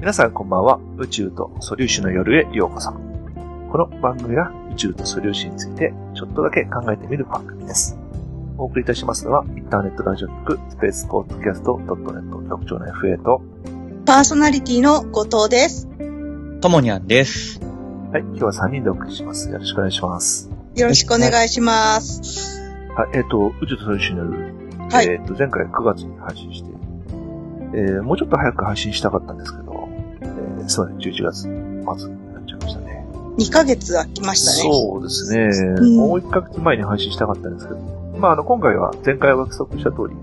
皆さんこんばんは。宇宙と素粒子の夜へようこそ。この番組は宇宙と素粒子についてちょっとだけ考えてみる番組です。お送りいたしますのは、インターネットラジオ局スペースポートキャスト .net 局長の FA と、パーソナリティの後藤です。ともにゃんです。はい、今日は3人でお送りします。よろしくお願いします。よろしくお願いします。はい、えっ、と、宇宙と素粒子の夜、はいえっ、と、前回9月に配信して、えー、もうちょっと早く配信したかったんですけど、えー、そうね、11月末になっちゃいましたね。 2ヶ月空きましたね。そうですね。うんもう1ヶ月前に配信したかったんですけど、まあ、あの、今回は前回約束した通り、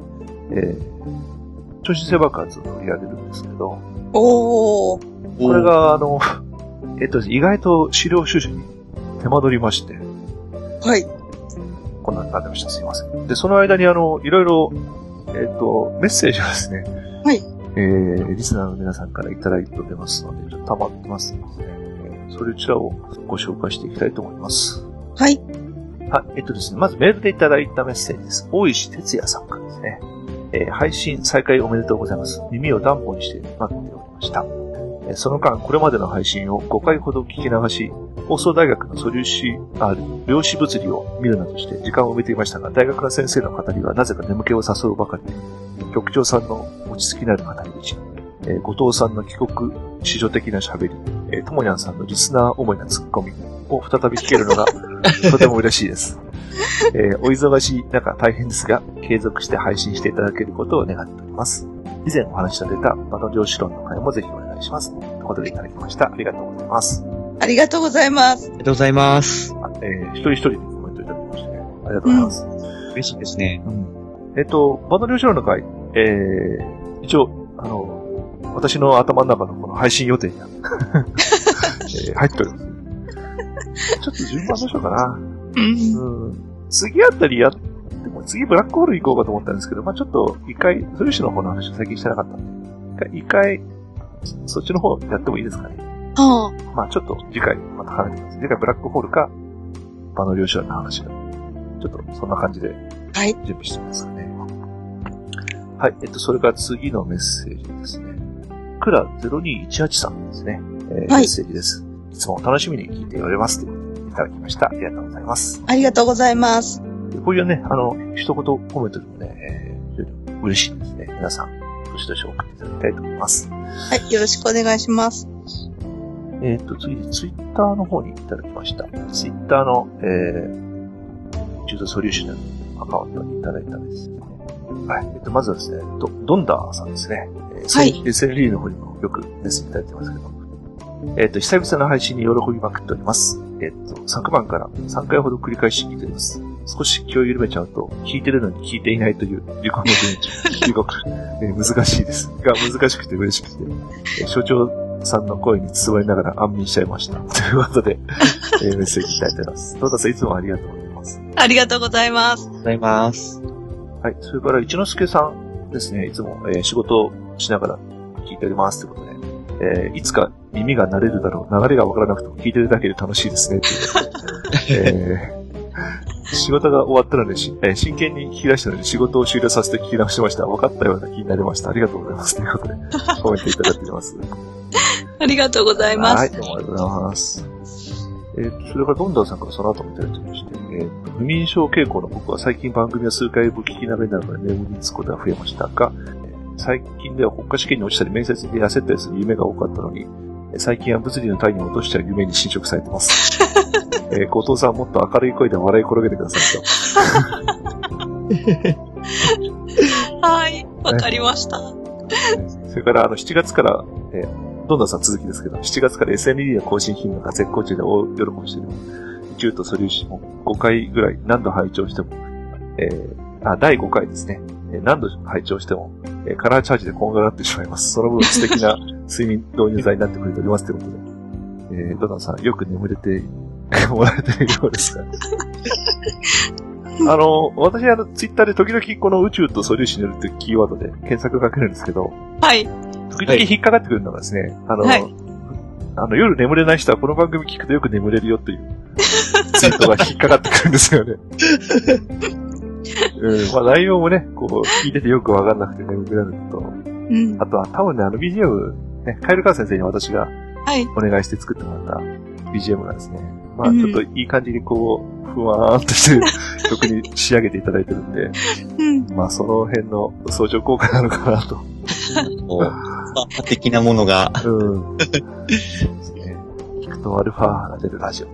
えー、超新星爆発を取り上げるんですけど、おー。これが、あの、 えっと、意外と資料収集に手間取りまして、はい。こんなになってました。すいません。で、その間に、あの、いろいろ、えっと、メッセージをですね、はい。えー、リスナーの皆さんからいただいておりますので、ちょっと溜まってますので、えーそれちらをご紹介していきたいと思います。はい。はい、えっとですね、まずメールでいただいたメッセージです。大石哲也さんからですね。えー配信再開おめでとうございます。耳を担保にして待っておりました。えーその間、これまでの配信を5回ほど聞き流し、放送大学の素粒子、あ、量子物理を見るなどして時間を埋めていましたが、大学の先生の語りはなぜか眠気を誘うばかりで、局長さんの落ち着きなる語り口、えー後藤さんの帰国、史上的な喋り、えーともにゃんさんのリスナー思いなツッコミを再び聞けるのがとても嬉しいです。 えーお忙しい中大変ですが、継続して配信していただけることを願っております。以前お話しされた場の量子論の会もぜひお願いします。ということでいただきました。ありがとうございます。ありがとうございますあ。りがとうございます。あえー一人一人にコメントいただきまして、ね、ありがとうございます。嬉しいですね。うんえっ、と、場の量子論の会、えー一応、あの、私の頭の中のこの配信予定に、え ー入っております。ちょっと順番どうしようかな。うん。うん次あたりやっても、次ブラックホール行こうかと思ったんですけど、まあちょっと一回、素粒子の方の話を最近してなかったんで、一回、一回そっちの方やってもいいですかね。はまあちょっと次回また話します。次回ブラックホールか、場の量子論の話が、ちょっとそんな感じであ。はい。準備してますかね。はい、えっと、それから次のメッセージですね。クラ0218さんですね。えーメッセージです。いつも楽しみに聞いております。ということでいただきました。ありがとうございます。ありがとうございます。こういうね、あの、一言コメントでもね、えー非常に嬉しいですね。皆さん、どしどし送っていただきたいと思います。はい。よろしくお願いします。えっ、と、次にツイッターの方にいただきました。ツイッターの、えー、中途ソリューションのアカウントにいただいたんです、ね。はい。えっ、と、まずはですね、ドドンダーさんですね。えー、はい SND の方にもよくメッセージいただいてますけど。えっ、と、久々の配信に喜びまくっております。えっ、と、昨晩から3回ほど繰り返し聞いております。少し気を緩めちゃうと、聞いてるのに聞いていないという、離婚の現地、離国、えー難しいです。が、難しくて嬉しくて、えー所長さんの声に包まれながら安眠しちゃいました。 ということで、えーメッセージいただいてます。トータさん、いつもありがとうございます。ありがとうございますありがと。うございます。はい、それから、一之輔さんですね、いつも、えー仕事をしながら聞いております。ということで、えーいつか耳が慣れるだろう、流れがわからなくても聞いてるだけで楽しいですね、ということでえー仕事が終わったのでし、えー真剣に聞き出したので仕事を終了させて聞き直しました。分かったような気になりました。ありがとうございます。ということで、コメントいただいております。ありがとうございまはい、す。どうもありがとうございます。えーと、それからどんどんさんからその後もいただいてまして、えーと、不眠症傾向の僕は最近番組は数回分聞き慣れながら眠りにつくことが増えましたが、えー最近では国家試験に落ちたり面接で焦ったりする夢が多かったのに、えー最近は物理の単位を落としちゃう夢に侵食されて ます。えー後藤さんもっと明るい声で笑い転げてくださいと。はい。わかりました。それから、あの、7月から、えーどんどんさん続きですけど、7月から SND の更新頻度が絶好調で大喜びしている。宇宙と素粒子も5回ぐらい何度拝聴しても、えーあ、第5回ですね。えー何度拝聴しても、えーカラーチャージでこんがらってしまいます。その分素敵な睡眠導入剤になってくれておりますということで。えー、どんどんさん、よく眠れて もらえているようですが。あの、私、あの、ツイッターで時々この宇宙と素粒子によるっていうキーワードで検索かけるんですけど、はい。時々引っかかってくるのがですね、あの、はいあの、夜眠れない人はこの番組聞くとよく眠れるよと いう、ツイートが引っかかってくるんですよね。うん、まあ内容もね、こう、聞いててよくわかんなくて眠くなるのと、うん。あとは多分ね、あの BGM、ね、カエルカー先生に私がはい。お願いして作ってもらった BGM がですね、まあうんちょっといい感じにこう、ふわーんとして曲に仕上げていただいてるんで、うん。まあその辺の相乗効果なのかなと。こう、アルファ的なものが、うん。そうですね。聞くとアルファが出るラジオ。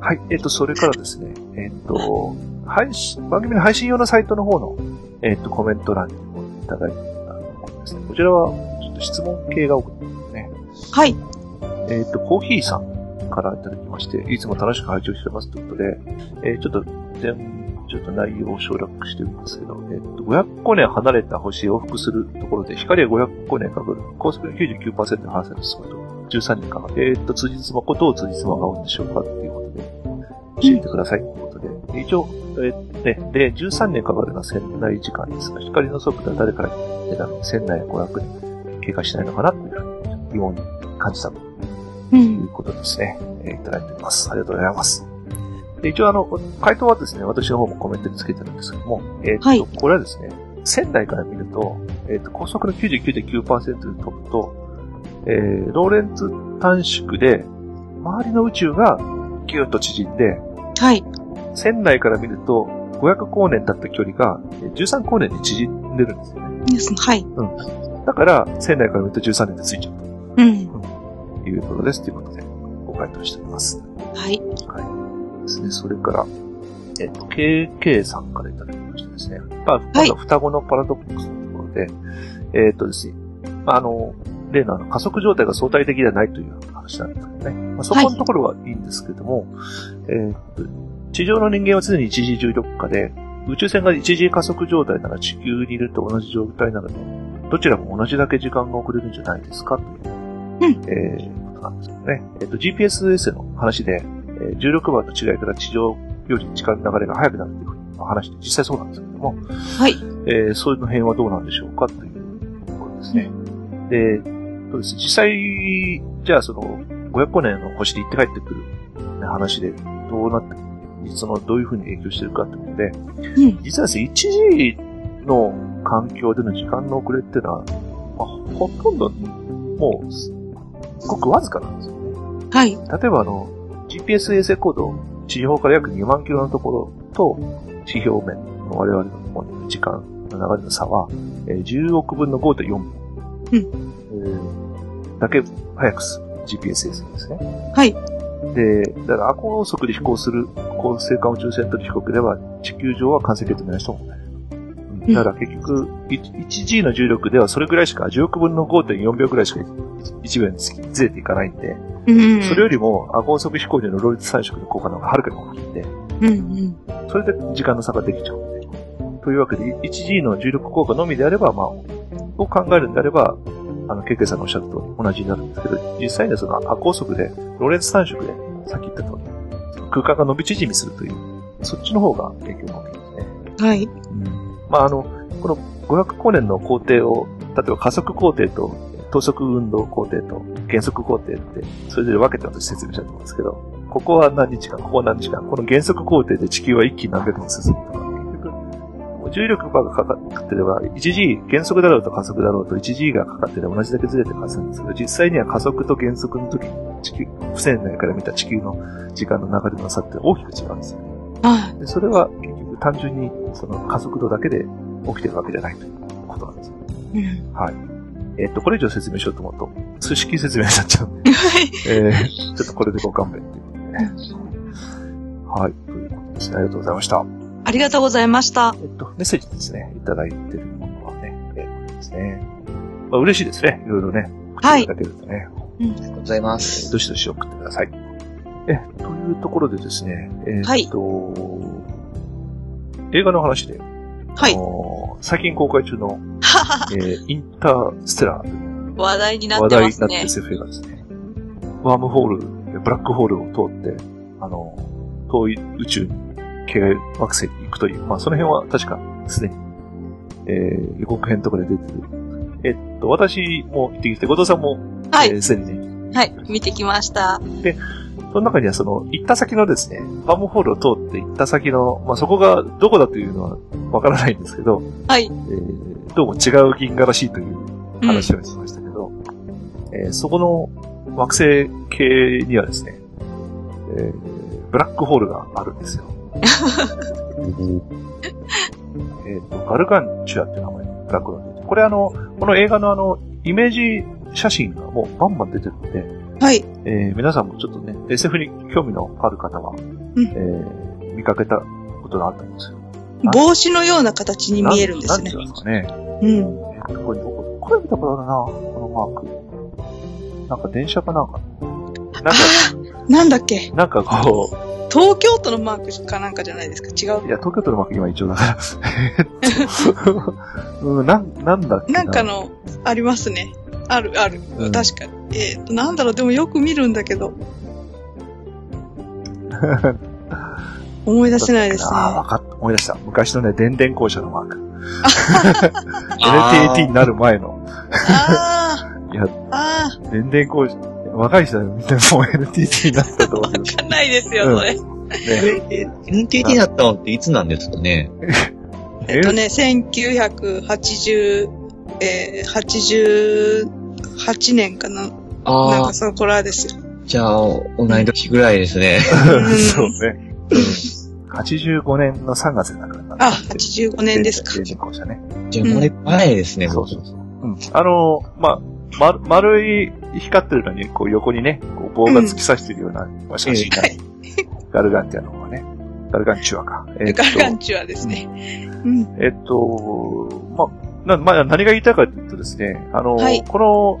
はい。えっ、と、それからですね、えっ、と、配信、番組の配信用のサイトの方の、えっ、と、コメント欄にもいただいたと思いますね。こちらは、ちょっと質問系が多くてですね。はい。えっ、と、コーヒーさんからいただきまして、いつも楽しく拝聴してますということで、えーちょっと、全ちょっと内容を省略してるんですけど、えっ、と、500光年離れた星を往復するところで、光は500光年かかる。高速の99%の反射ですこと。13年かかる。えっ、と、辻褄ことを辻褄が合うんでしょうかっていうことで、教えてくださいということで、一応、えーね、で、13年かかるのは船内時間ですが、光の速度は誰から出たの船内500年経過しないのかなというふうに疑問に感じたうといん。うことですね、えーいただいております。ありがとうございます。で一応、あの、回答はですね、私の方もコメントにつけてるんですけども、えーっと、はいこれはですね、仙台から見ると、えーっと、高速の99.9%で飛ぶと、えー、ローレンツ短縮で、周りの宇宙がギュッと縮んで、はい。仙台から見ると、500光年だった距離がえー13光年に縮んでるんですよね。ですはい。だから、仙台から見ると13年でついちゃううん。ということです。ということで、ご回答しております。はい。ですね。それから、えっと、KK さんからいただきましてですね。まあ、まず双子のパラドックスのところで、えっとですね、まあ、あの、例のあの加速状態が相対的ではないという話なんですけどね。まあ、そこのところはいいんですけども、えっと、地上の人間は常に一時重力下で、宇宙船が一時加速状態なら地球にいると同じ状態なので、どちらも同じだけ時間が遅れるんじゃないですかという、えーことなんですけどね。えっ、と、GPS 衛星の話で、えー16番の違いから地上より時間の流れが速くなるというふうに話して、実際そうなんですけども、はい。えー、そういうの辺はどうなんでしょうかというところですね。で、そうです。実際、じゃあその、500光年の星に行って帰ってくる話で、どうなって、その、どういうふうに影響してるかということで、うん。実はですね、一時の環境での時間の遅れっていうのは、まあ、ほとんど、もう、すごくわずかなんですよね。はい。例えばあの、GPS 衛星高度、地表から約2万キロのところと、地表面の我々のところの時間の流れの差は、えー10億分の5.4秒。うんえーだけ早くす GPS 衛星ですね。はい。で、だから、高速で飛行する、高性間宇宙船との飛行機では、地球上は完成形と見なしても問題ない。うんだから結局、い 1G の重力ではそれぐらいしか、10億分の5.4秒ぐらいしか1秒につきずれていかないんで、うん。それよりも、あ高速飛行時のロール三色の効果の方がはるかに大きいんで、うん。それで時間の差ができちゃうんで。というわけで、1G の重力効果のみであれば、まあ、を考えるんであれば、あの、ケイケイさんのおっしゃる通り同じになるんですけど、実際にはその、あ高速で、ローレンス単色で、さっき言った通り、その空間が伸び縮みするという、そっちの方が影響が大きいですね。うん。はい。まあ、あの、この500光年の工程を、例えば加速工程と、等速運動工程と、減速工程って、それぞれ分けて私説明したと思うんですけど、ここは何日間、ここは何日間、この減速工程で地球は一気に何百も進むとか、結局、もう重力がかかってれば、1G、減速だろうと加速だろうと 1G がかかってれば同じだけずれて加速するんですけど、実際には加速と減速の時に、地球、不船内から見た地球の時間の流れの差って大きく違うんですよね。はで、それは結局単純にその加速度だけで起きてるわけじゃないということなんですよ。い。うん。えっ、と、これ以上説明しようと思うと、数式説明になっちゃうん で、えー、ちょっとこれでご勘弁っていうことでね。はい、ということですね。ありがとうございました。ありがとうございました。えっ、と、メッセージですね、いただいてるものはね、えーこれですね。まあ、嬉しいですね。いろいろね、はいいただけるとね、りがとうございまえーす。どしどし送ってください。え、というところでですね、えーはいっと、映画の話で、はあい。のー最近公開中の、えーインターステラーという 話題にな話って題まにすなってね。 SF 映画ですね。ワームホール、ブラックホールを通って、あのー遠い宇宙に、系外惑星に行くという、まあその辺は確かすでに、えー予告編とかで出てる。えっと、私も行ってきて、後藤さんも、はえい。ーすでにね、はい。見てきました。その中にはその、行った先のですね、バームホールを通って行った先の、まあ、そこがどこだというのはわからないんですけど、はいえーどうも違う銀河らしいといううん話をしましたけど、えーそこの惑星系にはですね、えーブラックホールがあるんですよ。えっ、と、ガルガンチュアって名前のブラックホールで。これあの、この映画のあの、イメージ写真がもうバンバン出てるので、はい。えー皆さんもちょっとね、SF に興味のある方は、んえー見かけたことがあると思うんですよ。帽子のような形に見えるんですねな。なんて言うんですかね。うん。えーこれどこ、これ見たことあるな、このマーク。なんか電車かなんか。なあんか、あ、なんだっけ。なんかこう、東京都のマークかなんかじゃないですか。違。いうや、東京都の幕今一応だから。 えーっとうん、なん、なんだっけなんかの、ありますね。ある、ある。うん確かに。えっ、と、なんだろう、でもよく見るんだ けど。思い出せないですね。ああ、わかった。思い出した。昔のね、電電校舎のマ ーク。あ LTAT になる前の。あいや、あ、ああ、電電校舎。若い人はみんなもう LTT になったと思うけどわかんないですよ、それ。ね。 NTT だったのっていつなんですかねえっとね、1980、えー、88年かな。なんああか、そこらですよ。じゃあ、同い年ぐらいですね。ん そうね。85年の3月に亡くなった。あ、85年ですか。電電校舎ね。 じゃあ、生まれ前ですね、そう僕そうそう。うん。あのー、まあ、ま、丸い光ってるのに、こう横にね、こう棒が突き刺してるような、まあ、写真が、はいガルガンティアの方がね、ガルガンチュアか。えっとガルガンチュアですね。うん。えっと、まあ、な、まあ、何が言いたいかというとですね、あの、はいこの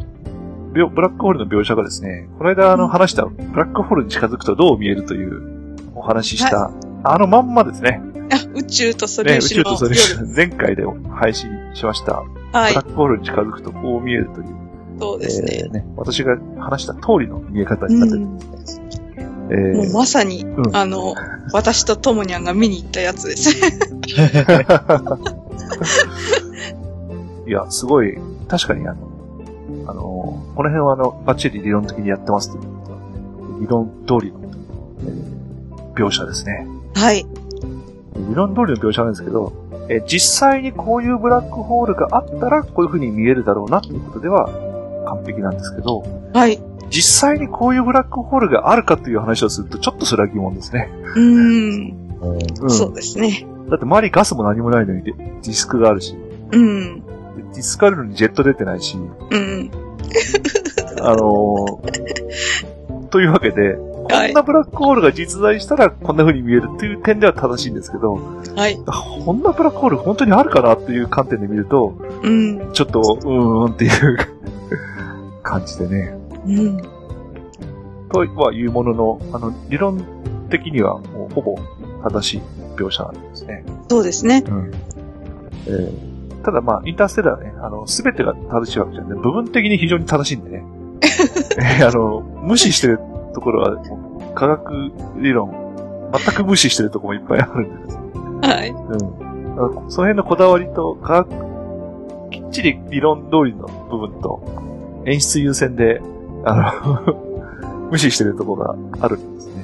描、ブラックホールの描写がですね、この間あうのん話した、ブラックホールに近づくとどう見えるというお話しした、あのまんまですね。あ、宇宙と素ね、宇粒子宙のとそれ夜。前回で配信しました、はブいラッ、クホールに近づくとこう見えるという、そうですね。えーね、私が話した通りの見え方になってるんですね。えもうーまさに、んあの、私とともにゃんが見に行ったやつです ね。いや、すごい、確かにあの、あの、この辺はあの、バッチリ理論的にやってますということは理論通りの、えー描写ですね。はい。理論通りの描写なんですけど、えー実際にこういうブラックホールがあったら、こういう風に見えるだろうなっていうことでは完璧なんですけど、はい。実際にこういうブラックホールがあるかという話をすると、ちょっとそれは疑問ですね。うーん。うんうん、そうですね。だって周りガスも何もないのにデディスクがあるし、うん。ディスクあるのにジェット出てないし、うん。あのーというわけで、こはいんなブラックホールが実在したらこんな風に見えるっていう点では正しいんですけど、はい。こんなブラックホール本当にあるかなっていう観点で見ると、うん。ちょっと、うーんっていう感じでね。うん。とはいうものの、あの、理論的にはもうほぼ正しい描写なんですね。そうですね。うん。えーただまあ、インターステラーね、あの、すべてが正しいわけじゃなくて、部分的に非常に正しいんでね。 えーあの、無視してるところは、もう科学理論、全く無視してるところもいっぱいあるんですよ。はい。うん。だからその辺のこだわりと、科学、きっちり理論通りの部分と、演出優先で、あの、 無視してるところがあるんですね。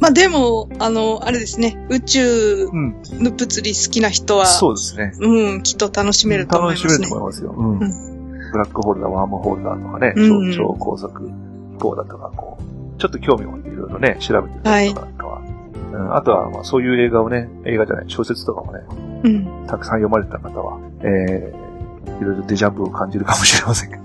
まあでも、あの、あれですね。宇宙うん。の物理好きな人は、そうですね。うん、きっと楽しめると思いますね。楽しめると思いますよ。ブラックホールだ、ワームホールだとかね、うん超超高速飛行だとか、こう、ちょっと興味を持っていろいろね、調べてみたりとかなんかは。うん、あとは、まあ、そういう映画をね、映画じゃない、小説とかもね、うん。たくさん読まれてた方は、えー、いろいろデジャブを感じるかもしれませんけど。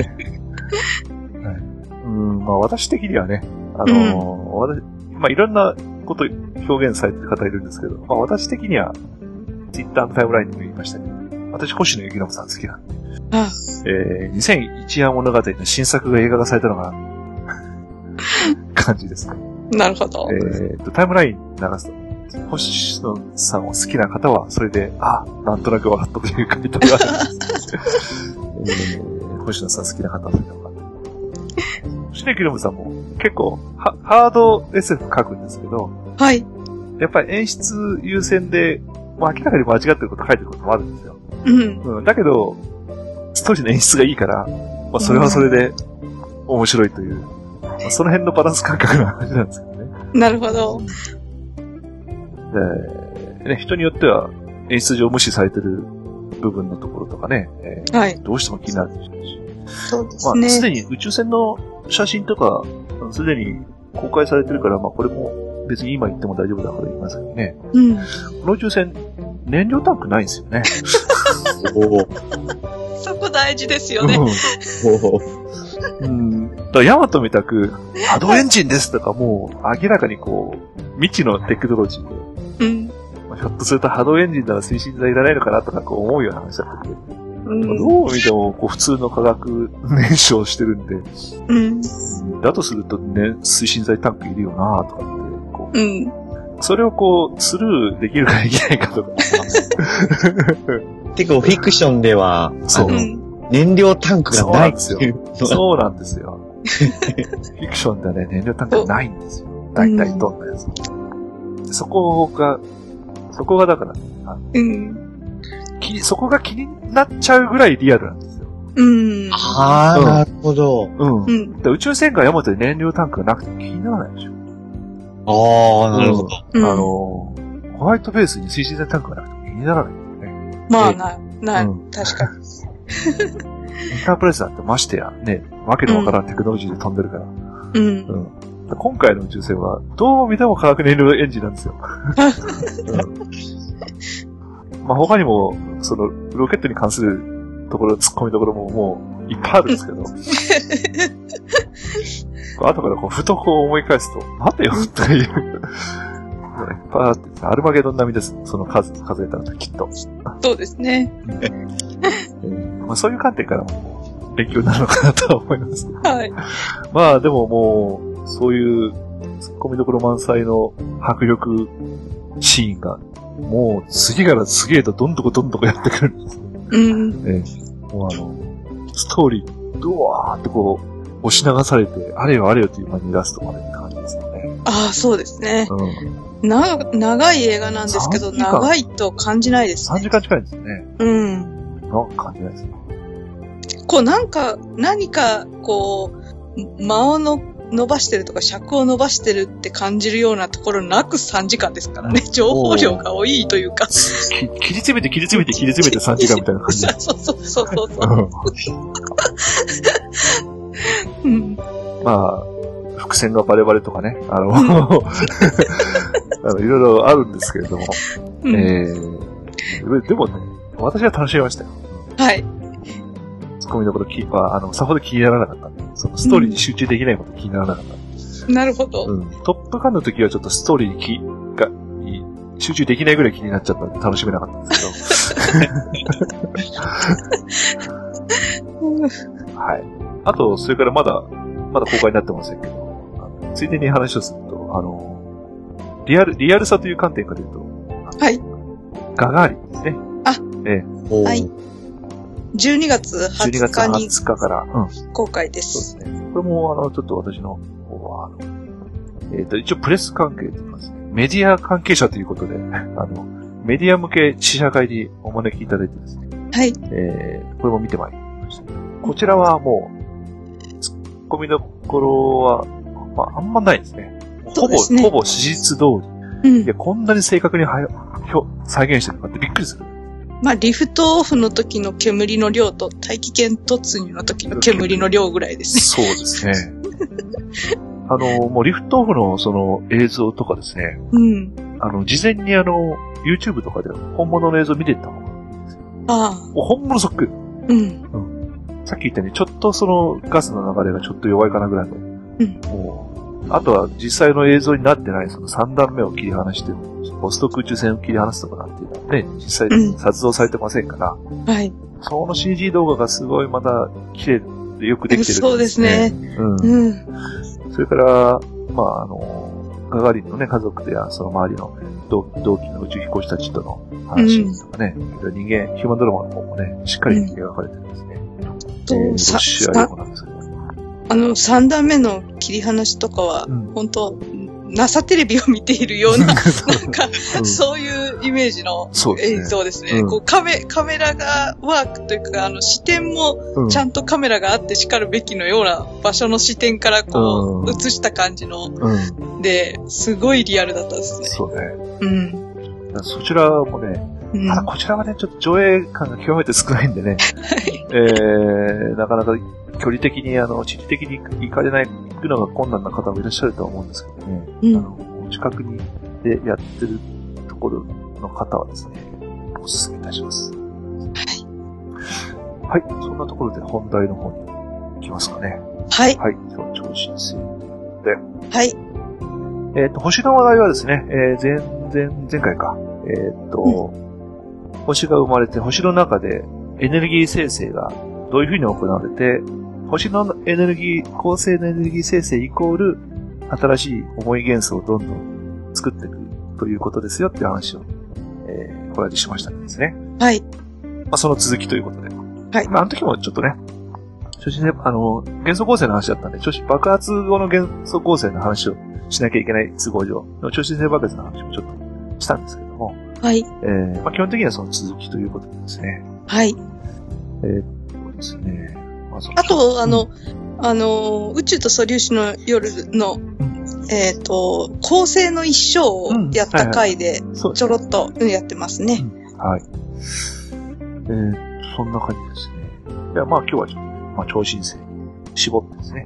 えーはい、うん、まあ、私的にはね、あのー私、まあ、いろんなこと表現されてる方いるんですけど、まあ、私的には、ツイッターのタイムラインにも言いましたけど、私、星野幸信さん好きなんであえー、2001夜物語の新作が映画化されたのかな、感じですね。なるほど。えーと、タイムライン流すと、星野さんを好きな方は、それで、あ、なんとなく分かったという回答があるんです、えー星野さん好きな方はそれで分かった。星野キルムさんも結構ハ、ハード SF 書くんですけど、はい。やっぱり演出優先で、まあ明らかに間違ってること書いてることもあるんですよ。うん。うん、だけど、ストーリーの演出がいいから、まあ、それはそれで面白いという、へまあその辺のバランス感覚の話なんですけどね。なるほど。でね人によっては演出上無視されてる部分のところとかね、えーはい。どうしても気になるでしょうし。そうでますあ、すね。でに宇宙船の写真とか、すでに公開されてるから、まあ、これも別に今言っても大丈夫だから言いますけどね。うん。この宇宙船、燃料タンクないんですよね。 おーそこ大事ですよね。おーうん。だからヤマトみたく、波動エンジンですとか、もう明らかにこう、未知のテクノロジーで、うん。まあひょっとすると波動エンジンなら推進剤いらないのかなとかこう思うような話だったけど、うん。どう見てもこう普通の化学燃焼してるんで、うん。だとするとね、推進剤タンクいるよなとかって、こう、うん。それをこう、スルーできるかできないかとか。結構フィクションでは、そううあのん。燃料タンクがないっていうのがそうなんですよ。フィクションではね、燃料タンクないんですよ。大体どんなやつも、そこが、そこがだから、うん。きそこが気になっちゃうぐらいリアルなんですよ。うん。あうんあ、なるほど。うん。うだかん。ら宇宙船艦ヤマトに燃料タンクがなくても気にならないでしょ。ああ、なるほど。うんあのー、ホワイトベースに推進剤タンクがなくても気にならない。まあ、な、なうい。ん確 かインに。タープレイスだってましてや、ね、わけのわからんテクノロジーで飛んでるから。うん。うん今回の宇宙船は、どう見ても化学燃料エンジンなんですよ。うんまあ他にも、その、ロケットに関するところ、突っ込みどころももう、いっぱいあるんですけど。後からこう、ふとこう思い返すと、待てよ、という。いっぱいあって、アルマゲドン並みです。その数、数えたらきっと。そうですね。まあそういう観点からも、勉強になるのかなとは思います。はい。まあでももう、そういう突っ込みどころ満載の迫力シーンが、もう次から次へとどんどこどんどこやってくるんですよ。うん。もうあの、ストーリー、ドワーってこう、押し流されて、あれよあれよという間にラストまでって感じですよね。ああ、そうですね。うん。な、長い映画なんですけど、 3時間長いと感じないです3ね。時間近いですよね。うん。なんか感じないですね。こうなんか、何か、こう、間をの伸ばしてるとか尺を伸ばしてるって感じるようなところなく3時間ですからね。情報量が多いというか。き切り詰めて切り詰めて切り詰めて3時間みたいな感じ。 そうそうそうそうそうう。んうん。まあ、伏線がバレバレとかね、あの、 あのいろいろあるんですけれども、うんえーででもね、私は楽しみましたよ。はい。ツッコミどころきは、あの、さほど気にならなかったんで、そのストーリーに集中できないこと気にならなかった。なるほど。うんトップガンの時はちょっとストーリーに気が、に集中できないぐらい気になっちゃったんで楽しめなかったんですけど。はい。あと、それからまだ、まだ公開になってませんけど、あのついでに話をすると、あの、リアル、リアルさという観点から言うと、はい。ガガーリンですね。おーはい12月12 20月日に20日から、うん、そ公開で。うですすね。これも、あの、ちょっと私の方は、あの、えっ、と、一応プレス関係というかですね、メディア関係者ということで、 あの、メディア向け試写会にお招きいただいてですね、はい。えー、これも見てまいりました。こちらはもう、ツッコミどころは、まあ、あんまないですね。そほうぼ、ですねほぼ史実通うり。いや、ん。こんなに正確にはよ表再現してるのかってびっくりする。まあ、リフトオフの時の煙の量と大気圏突入の時の煙の量ぐらいですそね。うですね。あの、もうリフトオフのその映像とかですね、うん。あの、事前にあの、YouTube とかで本物の映像見てたのが、もああ。う本物そっくり。うん。さっき言ったように、ちょっとそのガスの流れがちょっと弱いかなぐらいの。んもうあとは実際の映像になってないその3段目を切り離して、ボスト空中船を切り離すとかなんていうのはね、実際うん撮像されてませんから、はい。その CG 動画がすごいまた綺麗でよくできてる、そうですね。うん。うん。それから、まあ、あの、ガガリンのね、家族やその周りの同同期の宇宙飛行士たちとの話とかね、人間、ヒューマンドラマの方もね、しっかり描かれてるんですね。とえーロさシアさ語なんですけど。あの、三段目の切り離しとかはう、ん本当なさテレビを見ているような、なん か、うんそういうイメージのそうですね映像ですね。うんこうカメカメラがワークというか、あの視点もうんちゃんとカメラがあって叱るべきのような場所の視点からうこんう映した感じのうん。で、すごいリアルだったですね。そうね。うん。そちらもね、うんただこちらはね、ちょっと上映感が極めて少ないんでね、えー、なかなか距離的に、あの、地理的に行かれない、行くのが困難な方もいらっしゃるとは思うんですけどね。うあんの、お近くにでやってるところの方はですね、おすすめいたします。はい。はい。そんなところで本題の方に行きますかね。はい。はい。今日、超新星。はい。えっ、と、星の話題はですね、えー、前、前、前回か。えっ、と、星が生まれて、星の中でエネルギー生成がどういうふうに行われて、星のエネルギー、構成のエネルギー生成イコール、新しい重い元素をどんどん作っていくということですよっていう話を、えー、これでしましたんですね。はい。まあ、その続きということで。はいまあ、あの時もちょっとね、初心ね、あの、元素構成の話だったんで、ちょし爆発後の元素構成の話をしなきゃいけない都合上、の超新星爆発の話もちょっとしたんですけども、はい。えーまあ、基本的にはその続きということですね。はい。そうですね。まあ、そのあ、と、あの、あの、宇宙と素粒子の夜の、えっ、と、恒星の一生をやった回で、そうでちすょねろっとうんやってますね。はい。えー、そんな感じですね。ではまあ今日はちょっと、まあ、超新星に絞ってですね、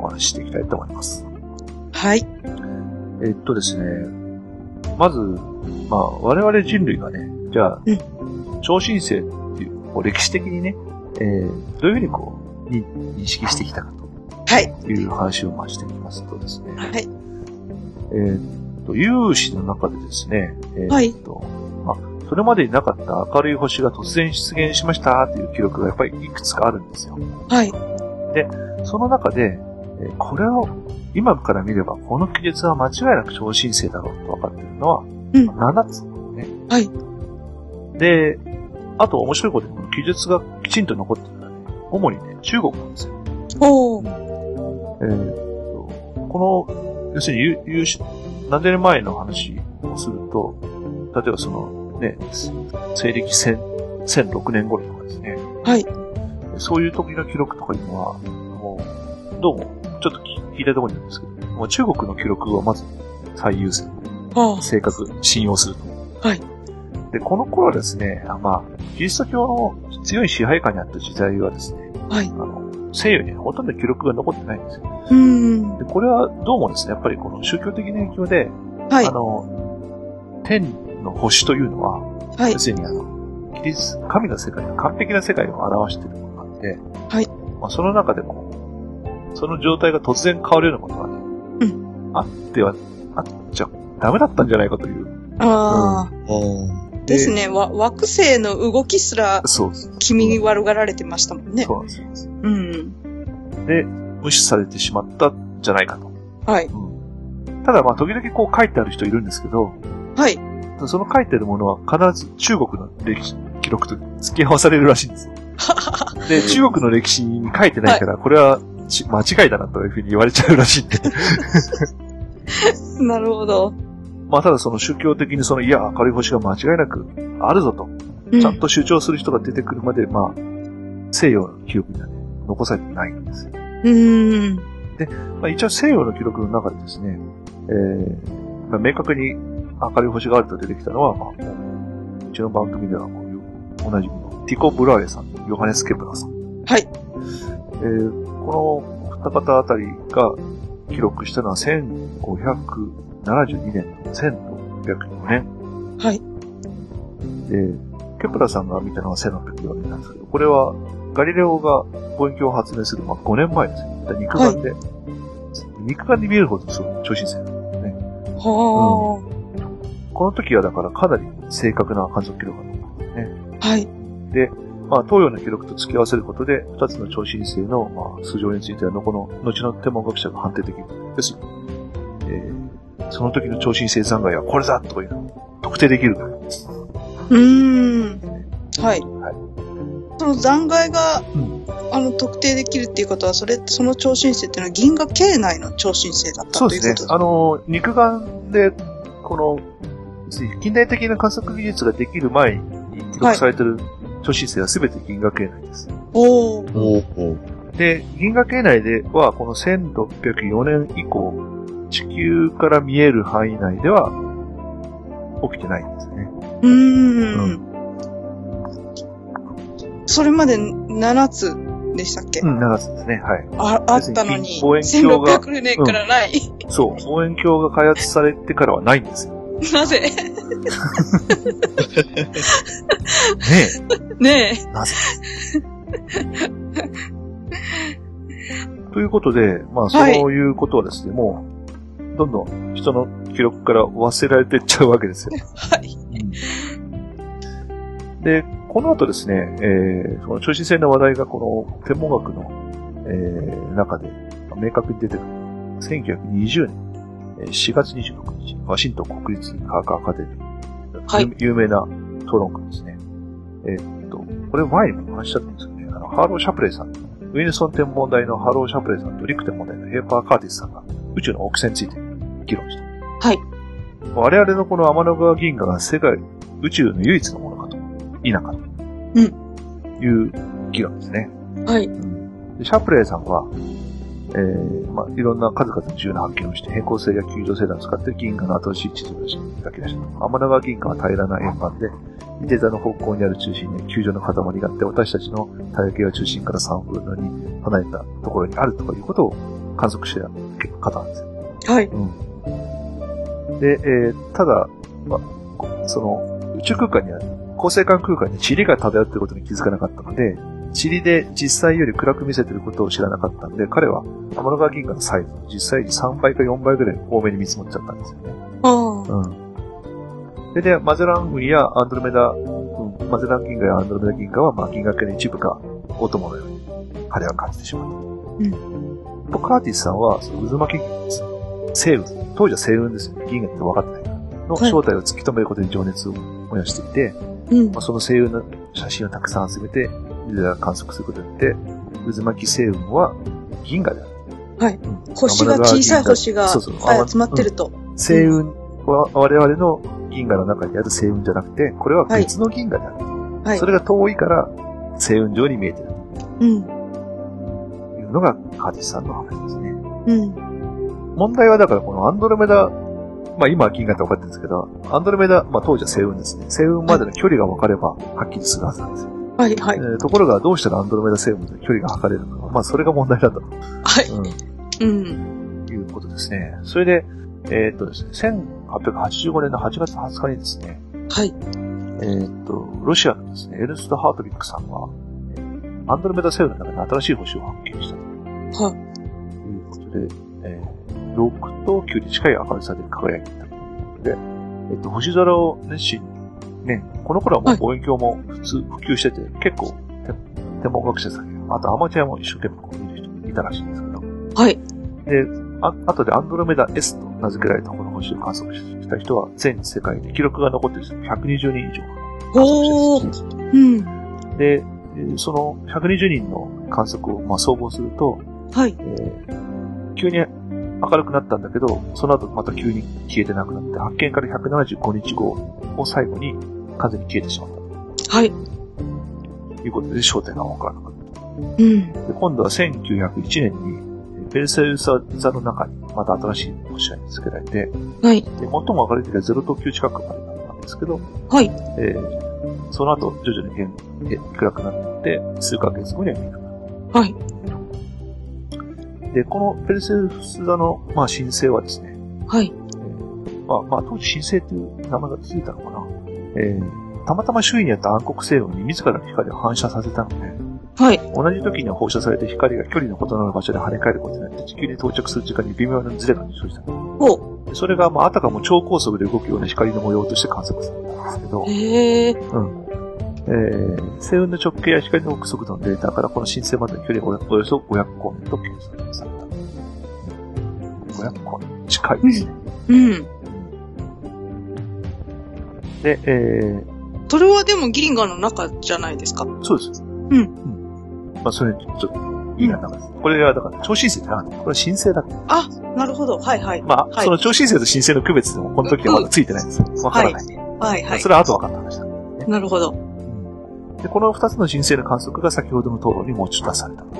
お話ししていきたいと思います。はい。えっとですね、まず、まあ、我々人類がね、じゃあ、うん超新星っていう、こう歴史的にね、えーどういうふうにこう、に認識してきたかはい。という話をまあしていきますとですね、はい。えーっと、有志の中でですね、えーはいっと、まあ、それまでになかった明るい星が突然出現しましたという記録がやっぱりいくつかあるんですよ。はい。その中で、えーこれを、今から見れば、この記述は間違いなく超新星だろうと分かっているのは、ん7つ、ね。はい。で、あと面白いことに、この記述がきちんと残ってるのはね、主にね、中国なんですよ。おー。えーとこの、要するに有、有志何千年前の話をすると、例えばその、ね、西暦1000 1006年頃とかですね、はい。そういう時の記録とかいうのは、もう、どうも、ちょっと聞聞いたところによるんですけど、もう中国の記録をまず最優先、あ正確、信用すると。はい。で、この頃はですね、あまあ、キリスト教の強い支配下にあった時代はですね、あ。はいあ。の、西洋にはほとんど記録が残ってないんですよ。うーん。で、これはどうもですね、やっぱりこの宗教的な影響で、はいあ。の、天の星というのは、はい要。するにあの、キリス神の世界が完璧な世界を表しているものなんで、はいまあ、その中でも、その状態が突然変わるようなことがね、うあっては、あっちゃダメだったんじゃないかという。ああ。あですね。わ、惑星の動きすらそうそう気味悪がられてましたもんね。なんですよ。うん。で、無視されてしまったんじゃないかと。はい。ただまあ、時々こう書いてある人いるんですけど、はい。その書いてるものは必ず中国の歴史、記録と付き合わされるらしいん です。で、中国の歴史に書いてないから、これはち間違いだなというふうに言われちゃうらしいん で。なるほど。まあただその宗教的にその、いや、明るい星が間違いなくあるぞと、うちゃん。と主張する人が出てくるまで、まあ、西洋の記録にはね、残されてないんですよ。うーん。まあ一応西洋の記録の中でですね、えーまあ、明確に明るい星があると出てきたのは、まあ、うちの番組ではもうおなじみのティコ・ブラーエさんとヨハネス・ケプラーさん。はえい。ーこのお二方あたりが記録したのは1572年、1604年。はい。で、ケプラさんが見たのは1604年なんですけど、これはガリレオが望遠鏡を発明する、まあ、5年前ですね。肉眼で、肉眼で見えるほどすごい超新星。はこの時はだからかなり正確な観測記録が残ってますあ。はい。まあ、東洋の記録と付き合わせることで、二つの超新星の、まあ、素性については、この、後の天文学者が判定的です。えー、その時の超新星残骸はこれだとかいうのを特定できる。うーん。はい。はいその残骸がん、あの、特定できるっていうことは、それ、その超新星っていうのは銀河系内の超新星だったそうといでうことすね。あの、肉眼で、この、近代的な観測技術ができる前に記録されてる超新星は全て銀河系内です。おおおおで、銀河系内では、この1604年以降、地球から見える範囲内では起きてないんですね。うーん。それまで7つでしたっけ、うん、7つですね。はい。ああったのに、望遠鏡が1600年からない。そう、望遠鏡が開発されてからはないんですよ。 なぜねねえ。なぜということで、まあ、そはいういうことはですね、もう、どんどん人の記録から忘れられていっちゃうわけですよ。はい。で、この後ですね、えー、その中心性の話題がこの天文学の、えー、中で明確に出てくる。1920年えー4月26日、ワシントン国立科学アカデミー。はい有名な討論会ですね。えーっと、これ前にも話しちゃったんですよね。あの、ハーロー・シャプレイさん。ウィルソン天文台のハロー・シャプレイさんとリク天文台のヘーパー・カーティスさんが宇宙の大きさについて議論した。はい。我々のこの天の川銀河が世界、宇宙の唯一のものかと、否かと。いう議論ですね。はい。でシャープレーさんは、えーまあ、いろんな数々の自由な発見をして、平行性や球状性などを使って銀河の新しい地図を描き出した。天の川銀河は平らな円盤で、見て座の方向にある中心に球状の塊があって、私たちの体型は中心から3分の2離れたところにあるとかいうことを観測してた方なんですよ。はい。で、えーただ、まあ、こその、宇宙空間にある、恒星間空間に塵が漂っていることに気づかなかったので、塵で実際より暗く見せていることを知らなかったんで、彼は天の川銀河のサイズを実際に3倍か4倍ぐらい多めに見積もっちゃったんですよね。ああ。うん。で、で、マゼラン群やアンドロメダ、うん、マゼラン銀河やアンドロメダ銀河は、まあ、銀河系の一部か、お供のように、彼は感じてしまった。うん。カーティスさんは、その渦巻き銀河です。星雲。当時は星雲ですよね。銀河って分かってないから。のはい正体を突き止めることに情熱を燃やしていて、うんまあ、。その星雲の写真をたくさん集めて、レーダーで観測することによって、渦巻き星雲は銀河である。星が小さい星がいそうっそうぱい集まってると。星雲は我々の銀河の中にある星雲じゃなくて、これは別の銀河である。はいそ。れが遠いから星雲上に見えてるうん。というのがカーティスさんの話ですね。うん。問題はだからこのアンドロメダ、まあ今は銀河って分かってるんですけど、アンドロメダ、まあ当時は星雲ですね。星雲までの距離が分かればはっきりするはずなんですよ。はい、はい。えーところがどうしたらアンドロメダ星雲と距離が測れるのか、まあそれが問題だったとはい。うん。いうことですね。それで、えーっとですね、1885年の8月20日にですね、はい。えーっと、ロシアのですね、エルスト・ハートビックさんは、えーアンドロメダ星雲の中に新しい星を発見したとはいいうことで、えー6と9に近い明るさで輝いていたということで、えーっと、星空を熱心に、ね、この頃はもはうい望遠鏡も普通、普及してて、結構、て天文学者さんや、あとアマチュアも一生懸命こう見る人いたらしいんですけど、はい。で、あ後でアンドロメダ S と名付けられたこの星を観測した人は、全世界で記録が残っている人120人以上。おー。うん。で、えーその120人の観測をまあ総合すると、はいえ。ー急に明るくなったんだけど、その後また急に消えてなくなって、発見から175日後を最後に完全に消えてしまったはい。ということで、焦点がわからなかっうん。た。で、今度は1901年に、えーペルセウス座の中にまた新しい星が見つけられて、はい。で最も明るい時は0と9近くまでだったんですけど、はい。えーその後徐々に変え暗くなっていって、数ヶ月後には見えなくなったはい。で、このペルセウス座の、まあ、神聖はですね、はい。えーまあ、まあ、当時神聖という名前がついたのかな、えーたまたま周囲にあった暗黒星雲に自らの光を反射させたので、はい。同じ時に放射されて光が距離の異なる場所で跳ね返ることによって地球に到着する時間に微妙なズレが生じた。おでそれが、まあ、あたかも超高速で動くような光の模様として観測されたんですけど、へえ。えー、星雲の直径や光の速度のデータからこの申請までの距離はおよそ500光年と計算された。500光年近いですね。うん。で、えー、それはでも銀河の中じゃないですか。そうです。うんうん。まあ、それ、ちょっと、いいな、なんか、これは、だから、超新星じゃなくて、これは新星だって。あ、なるほど。はいはい。まあ、はいその超新星と新星の区別でも、この時はまだついてないんですよ。わからない。はいはいそ。れは後分かった話だ。なるほど。で、この二つの新星の観測が先ほどの討論に持ち出されたと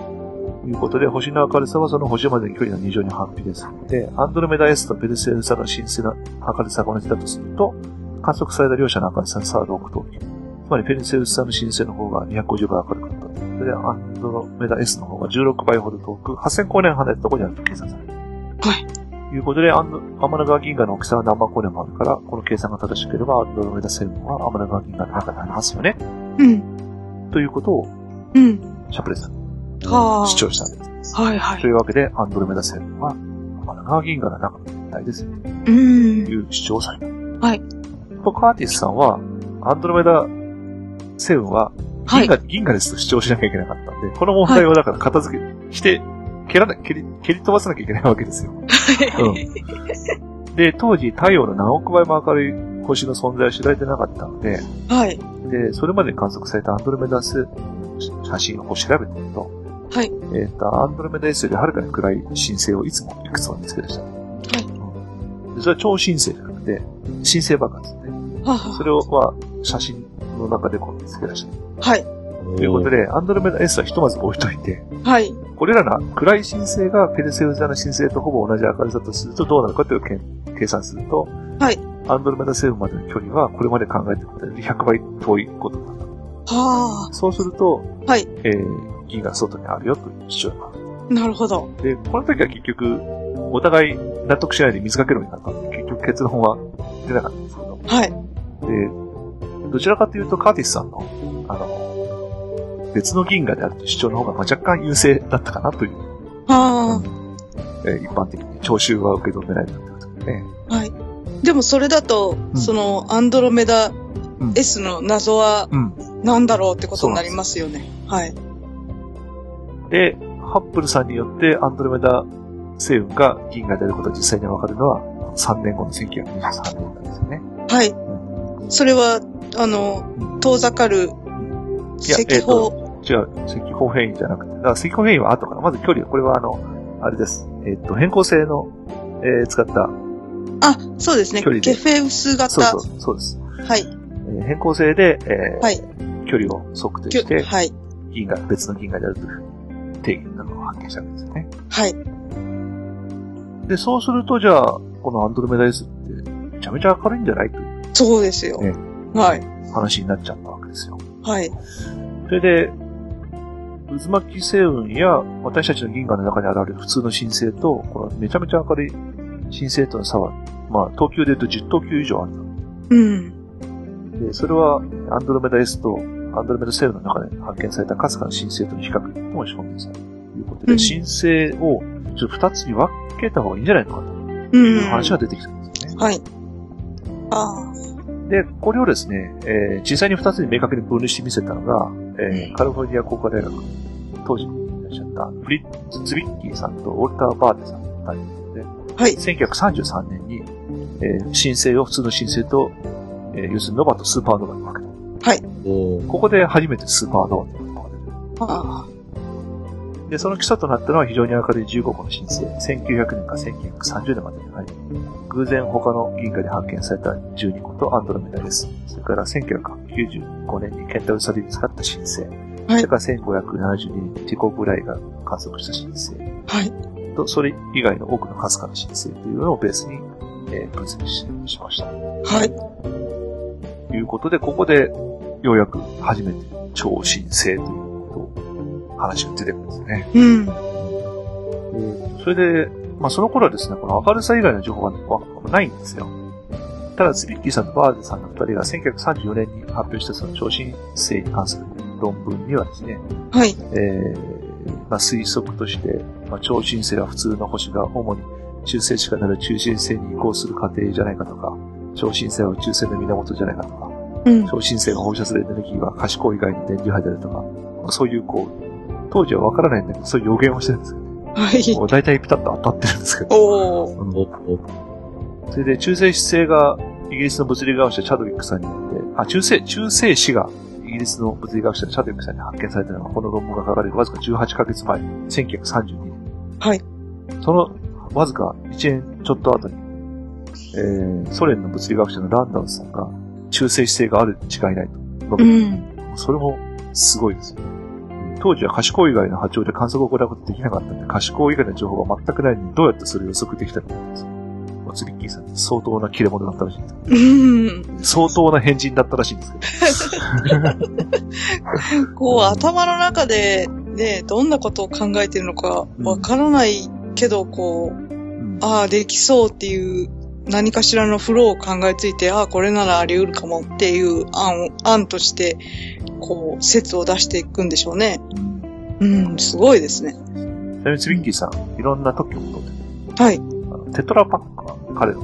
いうことで、星の明るさはその星までの距離の2乗に反比例するので、アンドロメダ S とペルセウサの新星の明るさが同じだとすると、観測された両者の明るさの差は6等級。つまり、ペルセウス座の新星の方が250倍明るかったということで、アンドロメダ S の方が16倍ほど遠く、8000光年離れたところにあると計算される。はい。ということで、アンド天の川銀河の大きさは何万光年もあるから、この計算が正しければ、アンドロメダセブンは天の川銀河の中にありますよね。うん。ということをうん。シャプレさん、はあ。主張したんです。はいはとい。いうわけで、アンドロメダ星雲は、天の川銀河の中の天体ですよとうーん。いう主張をされた。はい。ポカーティスさんは、アンドロメダ星雲はは銀い河、。銀河ですと主張しなきゃいけなかったんで、この問題をだから片付け、して、蹴らな、蹴り、蹴り飛ばさなきゃいけないわけですよ。で、当時太陽の何億倍も明るい星の存在を知られてなかったので、はい。で、それまでに観測されたアンドロメダス写真を調べてみると、はいえっ、と、アンドロメダ S よりはるかに暗い新星をいつもいくつも見つけ出した。はい。それは超新星じゃなくて、新星爆発で、はそれをは写真の中でこう見つけ出した。あはい。ということで、アンドロメダ S はひとまず置いといて、はい。これらの暗い新星がペルセウザの新星とほぼ同じ明るさとするとどうなるかというけん計算すると、はいアンドロメダ星雲までの距離はこれまで考えてたより100倍遠いことになるはそうすると、はいえー銀河外にあるよという主張になるあ。なるほど。で、この時は結局、お互い納得しないで水かけるようになったんで、結局結論は出なかったんですけど、はい。で、どちらかというとカーティスさんの、あの、別の銀河であるという主張の方がまあ若干優勢だったかなという、はえー一般的に聴衆は受け止められたということでね。あ。はい。でもそれだと、うんその、アンドロメダ S の謎はうん。何だろうってことになりますよね。はい。で、ハッブルさんによってアンドロメダ星雲が銀河であることが実際にわかるのは3年後の1923年なんですよね。はい。それは、あうの、遠ざかるいや石砲。違う、赤方変異じゃなくて、だから赤方変異は後から、まず距離、これはあの、あれです。えっ、と、変更性の、えー使った、あ、そうですね。距離でゲフェウス型。そうそう、そうです。はい。えー変更性で、えーはい距離を測定きょして、はい。銀河、別の銀河であるというふうに定義なのを発見したわけですよね。はい。で、そうすると、じゃあ、このアンドロメダ S って、めちゃめちゃ明るいんじゃないというそうですよ。えはい。話になっちゃったわけですよ。はい。それで、渦巻き星雲や私たちの銀河の中に現れる普通の新星と、このめちゃめちゃ明るい新星との差は、まあ、等級で言うと10等級以上あるんうん。だ。で、それはアンドロメダ S とアンドロメダ星雲の中で発見されたかすかな新星との比較にも仕込んでされるということで、うん新星をちょっと2つに分けた方がいいんじゃないのかとうん。いう話が出てきたんですよね。はい。あで、これをですね、えー実際に2つに明確に分類してみせたのが、えーうんカリフォルニア工科大学、当時いらっしゃったフリッツ・ツビッキーさんとウォルター・バーテさんの二人で、あ。はい。 1933年に、えー新星を普通の新星と、えー要するにノバとスーパーノバに分けおた。ここで初めてスーパーノバに分けあた。で、その基礎となったのは非常に明るい15個の新星、1900年から1930年までに入り、偶然他の銀河で発見された12個とアンドロメダです。それから1995年にケンタウルサビ見つかった新星、あ。はいそれ。から1572年にティコぐらいが観測した新星はい。と、それ以外の多くのかすかな新星というのをベースに、えー分析ししました。はい。ということで、ここで、ようやく初めて超新星ということを話が出てくるんですね。うん。それで、まあその頃はですね、この明るさ以外の情報がわないんですよ。ただ、スビッキーさんとバーデさんの二人が1934年に発表したその超新星に関する論文にはですね、はい。えーまあ、推測として、まあ、超新星は普通の星が主に中性子からなる中心星に移行する過程じゃないかとか、超新星は宇宙性の源じゃないかとか、うん。超新星が放射するエネルギーは可視光以外の電磁波であるとか、まあそういうこう、当時はわからないんだけど、そういう予言をしてるんですけはいど、。もう大体ピタッと当たってるんですけど、おー。おおそれで中性子星がイギリスの物理学者チャドウィックさんによって、あ、中性、中性子がイギリリスの物理学者チャドウィックさんに発見されたのは、この論文が書かれるわずか18ヶ月前、1932年。はい。その、わずか1年ちょっと後に、えー、ソ連の物理学者のランダウスさんが、中性子性があるに違いないと述うべん。た。それも、すごいですよね。当時は可視光以外の波長で観測を行うことできなかったので、可視光以外の情報が全くないのに、どうやってそれを予測できたのかです。まあツリッキーさん、相当な切れ者だったらしいです。うん。相当な変人だったらしいんですけど。こう、頭の中で、ね、どんなことを考えてるのかわからないけど、こう、うんああ、できそうっていう、何かしらのフローを考えついて、ああ、これならあり得るかもっていう案を、案として、こう、説を出していくんでしょうね。うん、すごいですね。ちなみにツリッキーさん、いろんな特許も取っててはい。あのテトラパックは彼の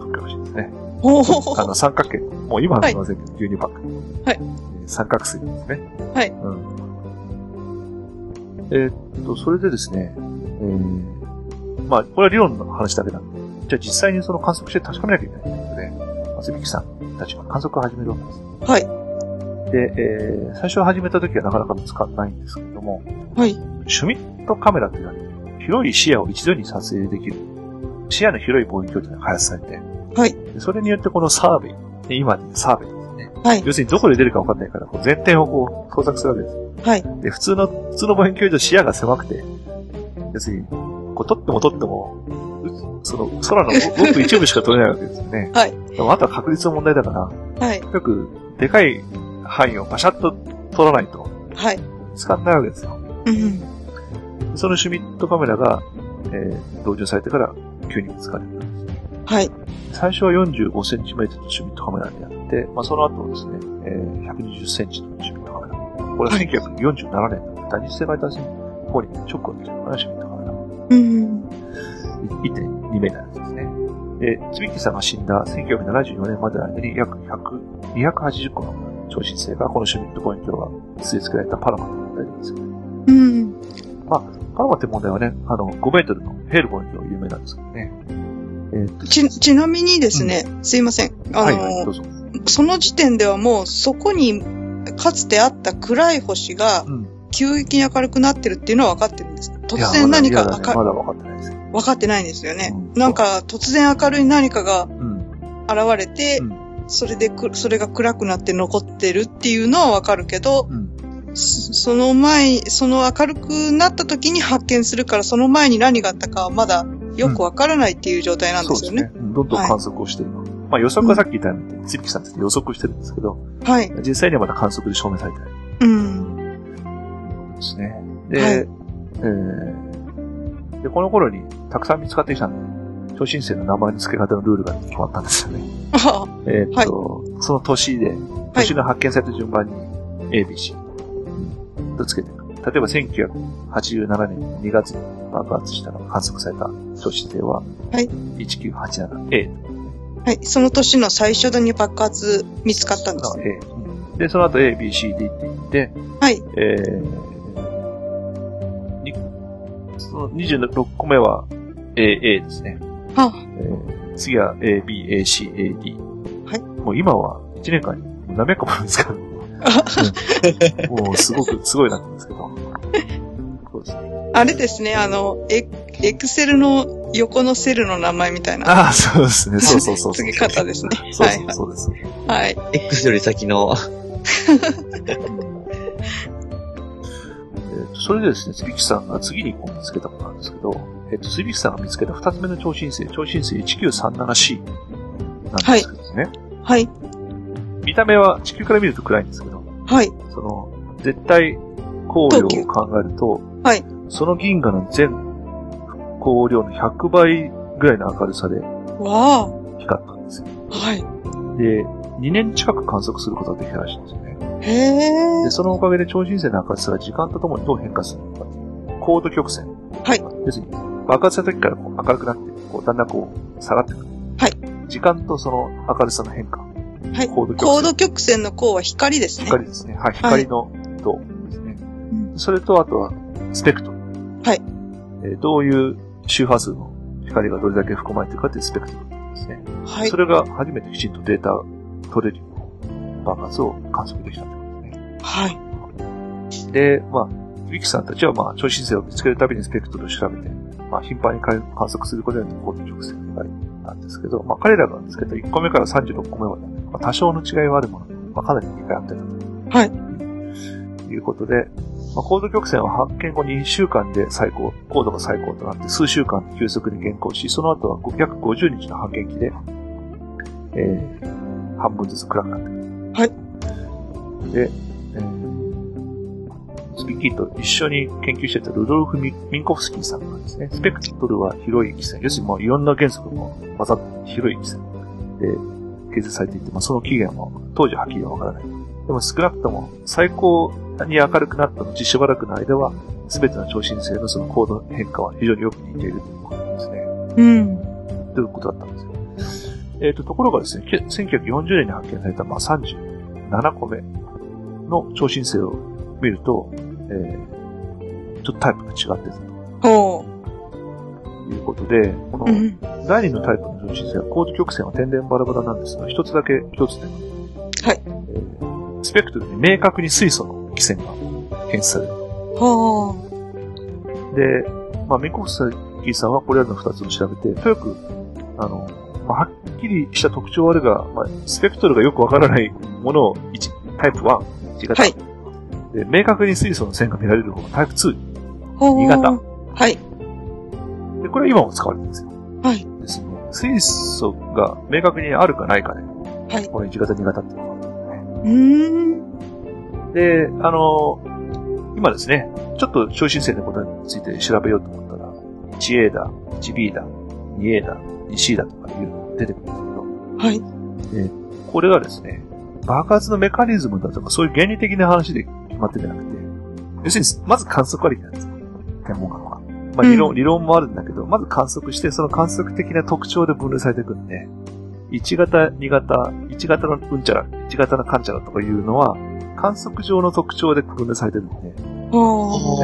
特許らしいですね。おお。あの、三角形。もう今のは全部牛乳パック。はいえー。三角錐ですね。はいうん。えーっと、それでですね、えー、まあ、これは理論の話だけなんで、じゃあ実際にその観測して確かめなきゃいけないということで、松引さんたちが観測を始めるわけです。はい。で、えー、最初始めた時はなかなか見つからないんですけれども、はい。シュミットカメラというのは、広い視野を一度に撮影できる、視野の広い望遠鏡というのが開発されて、はいでそれによってこのサーベイ、で今でサーベイですね。はい要するにどこで出るか分かんないから、こう前点をこう、捜索するわけです。はい。。で、普通の、普通の望遠鏡以上視野が狭くて、要するに、こう撮っても撮っても、うその、空のごごく一部しか撮れないわけですよねはいでもあとは確率の問題だから、はい。とにかく、でかい範囲をバシャッと撮らないと、はい。使んないわけですよ。うん。そのシュミットカメラが、えー、導入されてから急に見つかる。はい。最初は 45cm のシュミットカメラでやって、まあ、その後はですね、えー、120cm のシュミットカメラ。これははい1947年だった。第二次世界大戦後にショックが出たのかな、シュミットカメラ。うん。 1.2メーターですね。で、つびきさんが死んだ1974年までの間に約100、280個の超新星がこのシュミット望遠鏡が据え付けられたパラマという問題なんですようん。パラマって問題はね、あの、5メートルのヘールボンが有名なんですけどね。えーっと、ち、ちなみにですね、すいません。あの、はいはい、どうぞ。その時点ではもうそこにかつてあった暗い星がうん。急激に明るくなってるっていうのは分かってるんですか突然いや何かまだいや明まる、だ分かってないですよ。分かってないんですよね。うんなんか突然明るい何かがうん。現れて、うん。それでく、それが暗くなって残ってるっていうのは分かるけど、うん。そその前、その明るくなった時に発見するから、その前に何があったかはまだよくわからないっていう状態なんそでうすでよすね。ね。うんどんどん観測をしています。まあ予測はさっき言ったように、つびきさんって予測してるんですけど、はい。実際にはまだ観測で証明されてないんうん。ですね。で、はいえーで、この頃にたくさん見つかってきたんで、超新星の名前の付け方のルールが決まったんですよね。あえーっと、その年で、年が発見された順番に ABC、うんとつけていく。例えば1987年2月に爆発したのが観測された都市では、はい 1987A はい。その年の最初に爆発見つかったんです。の A。うんで、その後 ABCD って言って、はい。えー、にその26個目は AA ですね。はえー次は AB、AC、AD。はいもう今は1年間に何百個も見つかるん で。うんもうすごく、すごいなってますけど。そうですね。あ、あれですね、あの、エエクセルの横のセルの名前みたいなああ、そうですね。そうそうそうそう。付け方ですね。そうはそいうそうです。はい。 X より先の。えーとそれでですね、杉木さんが次にこう見つけたものなんですけど、えっ、と、杉木さんが見つけた二つ目の超新星、超新星 1937C なんですけどね、はい。見た目は地球から見ると暗いんですけど、はい。その、絶対光量を考えると、はいその銀河の全光量の100倍ぐらいの明るさでわ光ったんですよ。あ。はで、2年近く観測することができたらしいんですよね。い。へえで、。そのおかげで超新星の明るさが時間とともにどう変化するのかっていう、高度曲線。はい要するに、爆発した時からこう明るくなって、こう、だんだんこう、下がってくる。はい。時間とその明るさの変化。はい高度曲線。コード曲線の項は光ですね。光ですね。はい。光の塔ですね。それと、あとは、スペクトル。はい。えーどういう周波数の光がどれだけ含まれてるかっていうスペクトルですね。はいそ。れが初めてきちんとデータ取れるように爆発を観測できたということですね。はい。で、まあ、響さんたちは、まあ、超新星を見つけるたびにスペクトルを調べて、まあ、頻繁に観測することによって高度直線を描いたんですけど、まあ、彼らが見つけた1個目から36個目まで、まあ、多少の違いはあるものの、まあ、かなり理解合ってたと。。はいいうことで、まあ、高度曲線は発見後2週間で最高、高度が最高となって、数週間で急速に減降し、その後は550日の半減期で、えー、半分ずつ暗くなってくる。はい。で、えー、スピッキーと一緒に研究してたルドルフ・ミミンコフスキーさんがですね、スペクトルは広い基線、要するにもういろんな原則も混ざって広い基線で形成されていて、まあ、その期限も当時はっきりはわからない。でも少なくとも最高に明るくなった後しばらくの間は、すべての超新星のその高度の変化は非常によく似ているということですね。うん。ということだったんですよ。えっ、と、ところがですね、け1940年に発見された、まあ、37個目の超新星を見ると、えーちょっとタイプが違ってたおう。ということで、このうん。第二のタイプの超新星は、高度曲線は点々バラバラなんですが、一つだけ一つで、はいえースペクトルに明確に水素の基線が検出される。ほう。で、まあ、ミンコフスキーさんはこれらの二つを調べて、とにかく、あの、まあ、はっきりした特徴はあるが、まあ、スペクトルがよくわからないものを一タイプ1、1型、はいで、明確に水素の線が見られる方がタイプ2。ほう。新潟はい。で、これは今も使われてるんですよ。はい。ですね。水素が明確にあるかないかね。はいこれ1型、2型っていうのがうーん。で、あの、今ですね、ちょっと超新星のことについて調べようと思ったら、1A だ、1B だ、2A だ、2C だとかいうのが出てくるんではい。すけど、これがですね、爆発のメカニズムだとか、そういう原理的な話で決まってんじゃなくて、要するに、まず観測ありきなんですよ。天文学は。まあ、理論、うん理論もあるんだけど、まず観測して、その観測的な特徴で分類されていくんで、1型、2型、1型のうんちゃら、1型のかんちゃらとかいうのは、観測上の特徴で分類されてるので、ほう。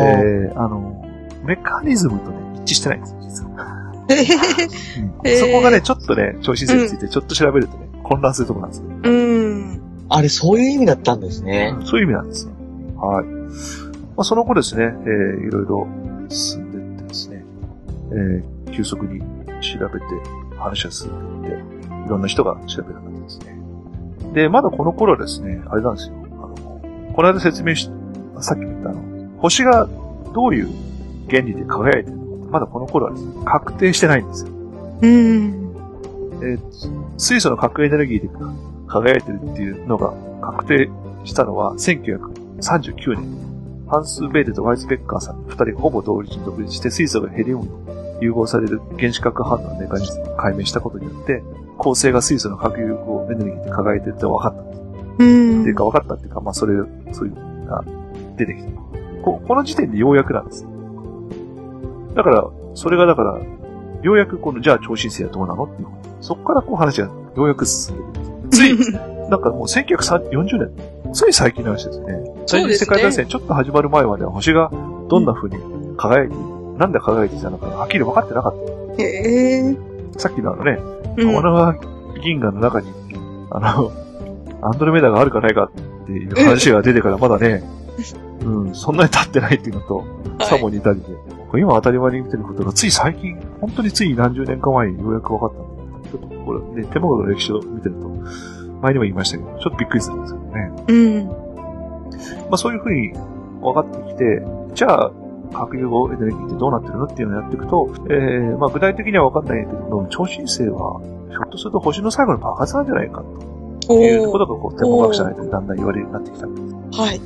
あえーあの、メカニズムとね、一致してないんですよ、実は。えへへへへーそこがね、ちょっとね、超新星についてちょっと調べるとね、混乱するところなんですよ。うん。あれ、そういう意味だったんですね。そういう意味なんですよ。はい。まあ、その後ですね、えーいろいろ進んでいってですね、えー急速に調べて、話が進んでいって、いろんな人が調べるようになってですね。で、まだこの頃はですね、あれなんですよ。あの、この間説明し、さっきも言ったあの、星がどういう原理で輝いてるのかって、まだこの頃はですね、確定してないんですよ。うん。えー水素の核エネルギーで輝いてるっていうのが確定したのは1939年。ハンス・ベーテとワイスベッカーさん二人がほぼ同時に独立して水素がヘリウムに融合される原子核反応のメカニズムを解明したことによって、恒星が水素の核融合エネルギーで輝いてるって分かった。うん。っていうか分かったっていうか、まあそれ、そういうのが出てきた。ここの時点でようやくなんです。だから、それがだから、ようやくこの、じゃあ超新星はどうなのっていう。そこからこう話がようやく進んでいくん です。つい、なんかもう1940年、つい最近の話ですよね。そ最う近ので世すね界大戦ちょっと始まる前までは星がどんな風に輝いて、なんで輝いていたのかはっきり分かってなかっへえ。た。さっきのあのね、うんモナガ銀河の中に、あの、アンドロメダがあるかないかっていう話が出てからまだね、うん、そんなに経ってないっていうのと、はいサモに至りで、今当たり前に見てることが、つい最近、本当につい何十年か前にようやく分かったんだけどちょっとこれ、ね、手元の歴史を見てると、前にも言いましたけど、ちょっとびっくりするんですけどね。うん。まあそういうふうに分かってきて、じゃあ、核融合エネルギーってどうなってるのっていうのをやっていくと、えー、まあ具体的には分かんないけど、超新星は、ひょっとすると星の最後の爆発なんじゃないかということが、おこう、天文学者の間でだんだん言われるようになってきた。ーはい。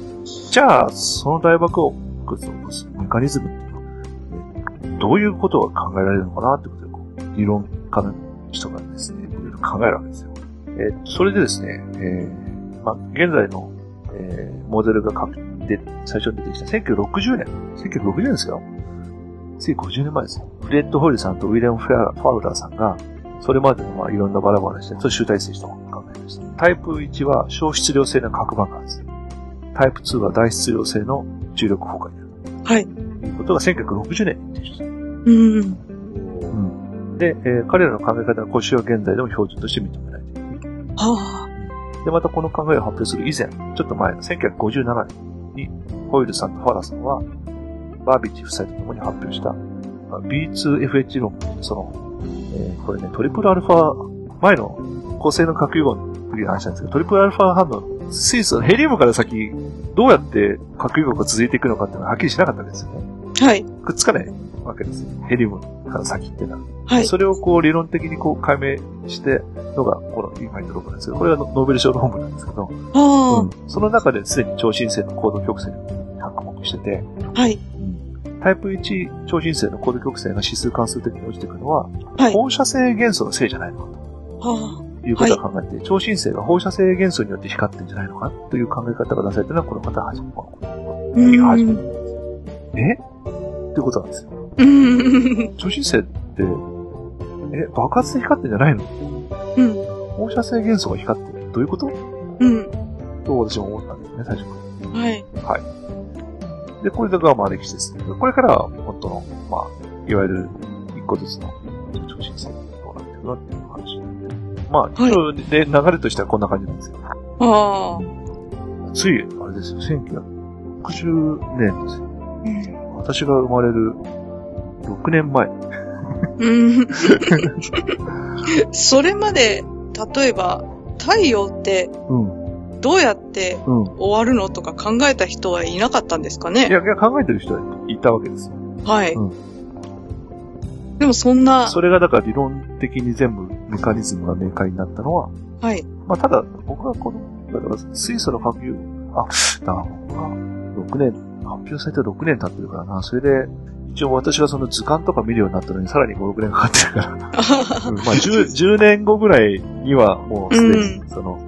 じゃあ、その大爆を起こすメカニズムっていうのは、どういうことが考えられるのかなってことで、こう、理論家の人がですね、いろいろ考えるわけですよ。えーそれでですね、えーまあ、現在の、えーモデルが確で最初に出てきた1960年、1960年ですよ。つい50年前ですよ。フレッド・ホイルさんとウィレム・ファウラーファウラーさんが、それまでのまあいろんなバラバラしたやつを集大成したと考えました。タイプ1は小質量性の核爆発。タイプ2は大質量性の重力崩壊はい。ということが1960年に提出した。うん。で、えー彼らの考え方の腰は現在でも標準として認められている。はあ。で、またこの考えを発表する以前、ちょっと前の1957年に、ホイルさんとファラさんは、バービッチ夫妻と共に発表した、まあ B2FH 論、その、えーこれね、トリプルアルファ、前の構成の核融合の時の話なんですけど、トリプルアルファ反応、水素、ヘリウムから先、どうやって核融合が続いていくのかっていうのははっきりしなかったんですよね。はい。くっつかないわけですよ。ヘリウムから先っていうのは。はい。それをこう理論的にこう解明してのが、この今言った論文なんですけど、これはノノーベル賞論文なんですけど、あその中ですでに超新星の行動曲線に着目してて、あ、はい。タイプ1超新星の行動曲線が指数関数的に落ちていくのは、はい。放射性元素のせいじゃないのかあということを考えて、超新星が放射性元素によって光ってるんじゃないのかという考え方が出されてるのは、この方が初めて、このうん理が初めてなんですよ。えっていうことなんですよ。あ。うん。超新星って、え、爆発で光ってんじゃないのうん。放射性元素が光ってるどういうことうん。と私も思ったんですね、最初かはい。ら。はい。で、これがまあ歴史ですね。これからは本当の、まあ、いわゆる一個ずつの超新星どうなっていくのっていう話なんで。まあ、はい一応で、流れとしてはこんな感じなんですよ。ああ。つい、あれですよ、1960年ですよ。うん私が生まれる6年前。うん。 それまで、例えば、太陽ってうん、どうやってうん。終わるのとか考えた人はいなかったんですかいねや、いや考えてる人はいたわけですよ。はい。うでもそんな、それがだから理論的に全部メカニズムが明快になったのは、はい。まあ、ただ、僕がこの、だから、水素の核融合、あ、だから僕が6年、発表されて6年経ってるからな、それで、一応私がその図鑑とか見るようになったのにさらに5、6年かかってるから、 うんまあ 10, 10年後ぐらいにはもうすでうに、その、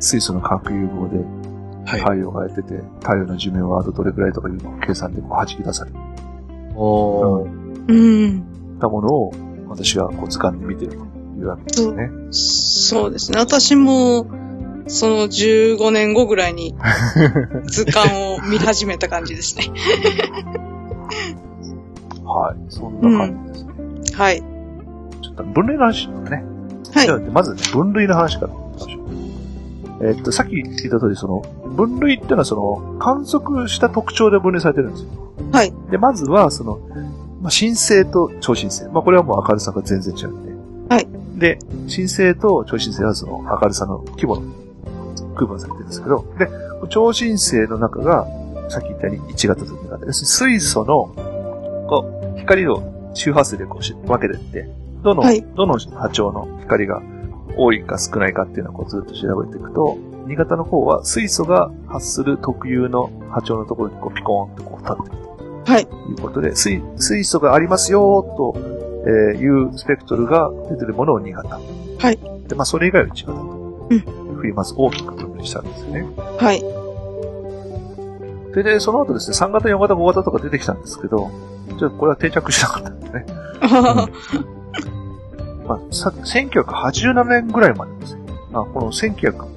水素の核融合ではい太陽がやってて、太陽の寿命はあとどれくらいとかいうのを計算でこう弾き出されおー。うん。たものを、私がこう図鑑で見てるというわけですね。そうですね。私も、その15年後ぐら いに図鑑を見始めた感じですね。はい。そんな感じですね。はい。ちょっと分類の話だね。はいじゃあまずね、分類の話からいきましょう。えっと、さっき言った通り、その、分類っていうのは、その、観測した特徴で分類されてるんですよ。はい。で、まずは、その、まあ、新星と超新星。まあ、これはもう明るさが全然違うんで。はい。で、新星と超新星はその明るさの規模の区分されてるんですけど、で、超新星の中が、さっき言ったように1型と2型。要するに水素の、こう、光を周波数でこうし分けてって、どの、はいどの波長の光が多いか少ないかっていうのをこうずっと調べていくと、2型の方は水素が発する特有の波長のところにこうピコーンとこう立ってはい。ということで、水水素がありますよ、とえーいうスペクトルが出てるものを2型。はい。で、まあ、それ以外は1型と。うんいうふうに、まず大きく分類したんですよね。はい。で、で、その後ですね、3型、4型、5型とか出てきたんですけど、ちょっとこれは定着しなかったんですね。まあ、さ1987年ぐらいまでですね。あ、この1900、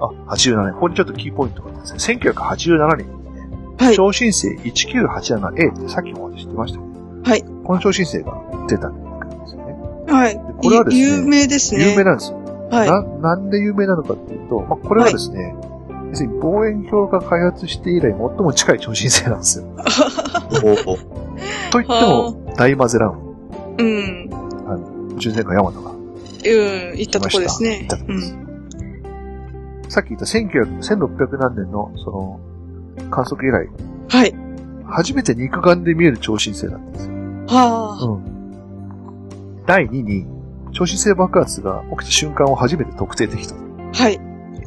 あ、87年。ここにちょっとキーポイントがあってですね。1987年にね、はい。超新星 1987A ってさっきも知ってましたね。はい。この超新星が出たんですよね。はい。これはですねゆ有名ですね。有名なんですよ。はい。ななんで有名なのかっていうと、まあ、これはですね、要するに望遠鏡が開発して以来最も近い超新星なんですよ。おー。と言っても、大マゼラン、うん。純正艦ヤマトがうん。行ったとこです行ねっ。たとこうでんす。さっき言った1900、1600何年の、その、観測以来、はい。初めて肉眼で見える超新星なんですよ。は第2に、超新星爆発が起きた瞬間を初めて特定できた。あ。はい。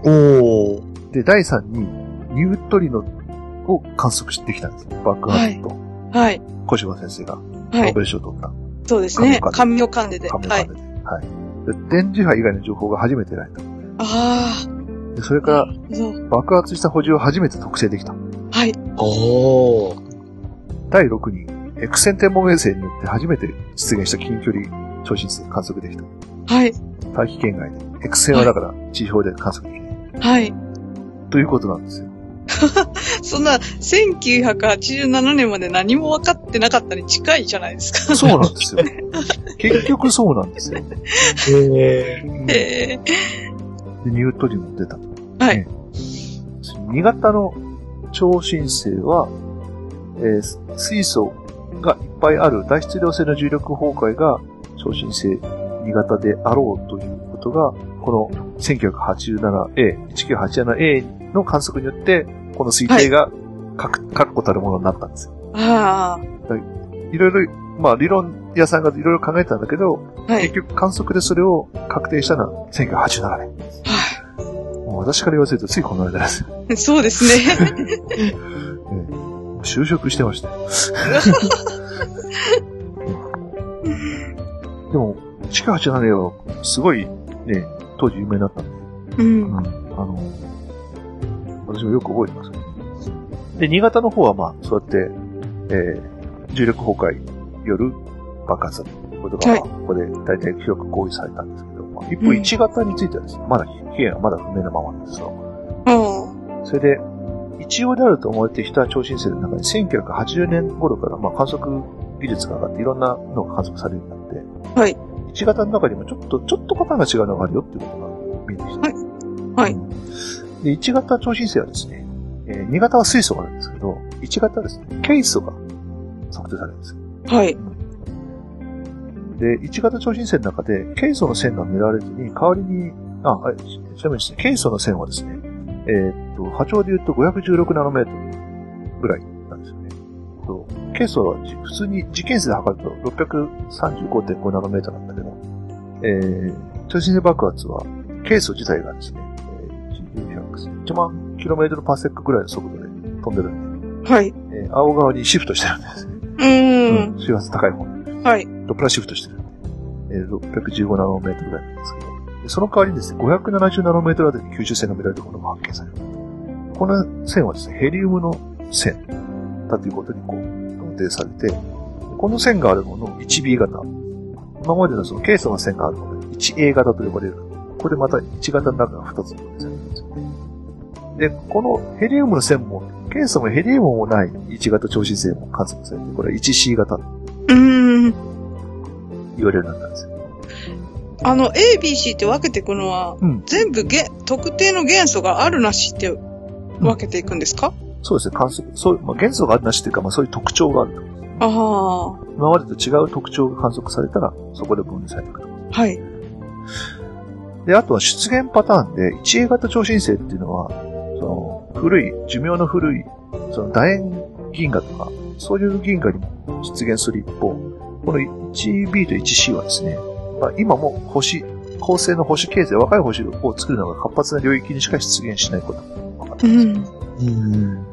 おー。で、第3に、ニュートリノを観測してきたんですよ。爆発と、はい。小柴先生がノはーいベ。ル賞を取った。そうですね。神神を噛んでで。カメはラいで。。はい。で電磁波以外の情報が初めて得られた。あでそれあ。からそう。爆発した補充を初めて特定できた。はい。おー。第6に、エクセン天文衛星によって初めて出現した近距離超新星観測できた。はい。大気圏外で。エクセンはだから地表で観測できない。はい。ということなんですよ。そんな、1987年まで何も分かってなかったに近いじゃないですか。そうなん ですよ。結局そうなんですよ。へー。でへえニュートリノも出たと。はいね。2型の超新星は、えー水素がいっぱいある大質量性の重力崩壊が超新星2型であろうということが、この 1987A、1987A の観測によって、この推定が確、確固たるものになったんですよあいろいろ、まあ理論屋さんがいろいろ考えたんだけど、あ、はい結。局観測でそれを確定したのは1987年。はもう私から言わせるとついこの間です。いそうですね。就職してま した。でも、地下8 7はすごいね、当時有名だったんで、うん。あの、私もよく覚えてます、で、新潟の方はまあ、そうやって、えー重力崩壊による爆発ということが、はいここで大体広く合意されたんですけど、まあ一方1型についてはですね、まだ被害はまだ不明なままなんですよ。うん。それで、一応であると思われてきた超新星の中に1980年頃からまあ観測技術が上がっていろんなのが観測されるようになって、はい。 1型の中にもちょっと、ちょっとパターンが違うのがあるよっていうことが見えてきた。はいはいうん。で、1型超新星はですね、えー、2型は水素があるんですけど、1型はですね、ケイ素が測定されるんですよ。はい。で、1型超新星の中で、ケイ素の線が見られずに、代わりに、あ、あちちなみにですね、ケイ素の線はですね、えーっと、波長で言うと516ナノメートルぐらいなんですよね。とケイ素はじ普通に実験室で測ると635.5ナノメートルなんだけど、えー、超新星爆発は、ケイ素自体がですね、えー、100 1万キロメートルパーセックぐらいの速度で飛んでるんはい。で、えー青側にシフトしてるんですね。うーん。周波数高い方にはい。ドップラーシフトしてる。えー、615ナノメートルぐらいなんですけど。でその代わりにですね、570ナノメートルあたりに吸収線が見られるものが発見される。この線はですね、ヘリウムの線だということにこう、断定されて、この線があるものを 1B 型。今までのそのケイ素の線があるものを 1A 型と呼ばれる。ここでまた1型の中が2つ分裂されるんですよね。で、このヘリウムの線も、ケイ素もヘリウムもない1型超新星も観測されて、これは 1C 型とうーん。言われるようになったんですよあの、A、B、C って分けていくのは、うん全部げ特定の元素があるなしって分けていくんですか、そうですね、観測、そう、まあ、元素があるなしというか、まあ、そういう特徴があると。ああ。は今までと違う特徴が観測されたら、そこで分類されていくと。い。で、あとは出現パターンで、1A 型超新星っていうのは、その、古い、寿命の古い、その楕円銀河とか、そういう銀河にも出現する一方、この 1B と 1C はですね、まあ、今も星、恒星の星形成、若い星を作るのが活発な領域にしか出現しないことが分かってうます。ん。うん。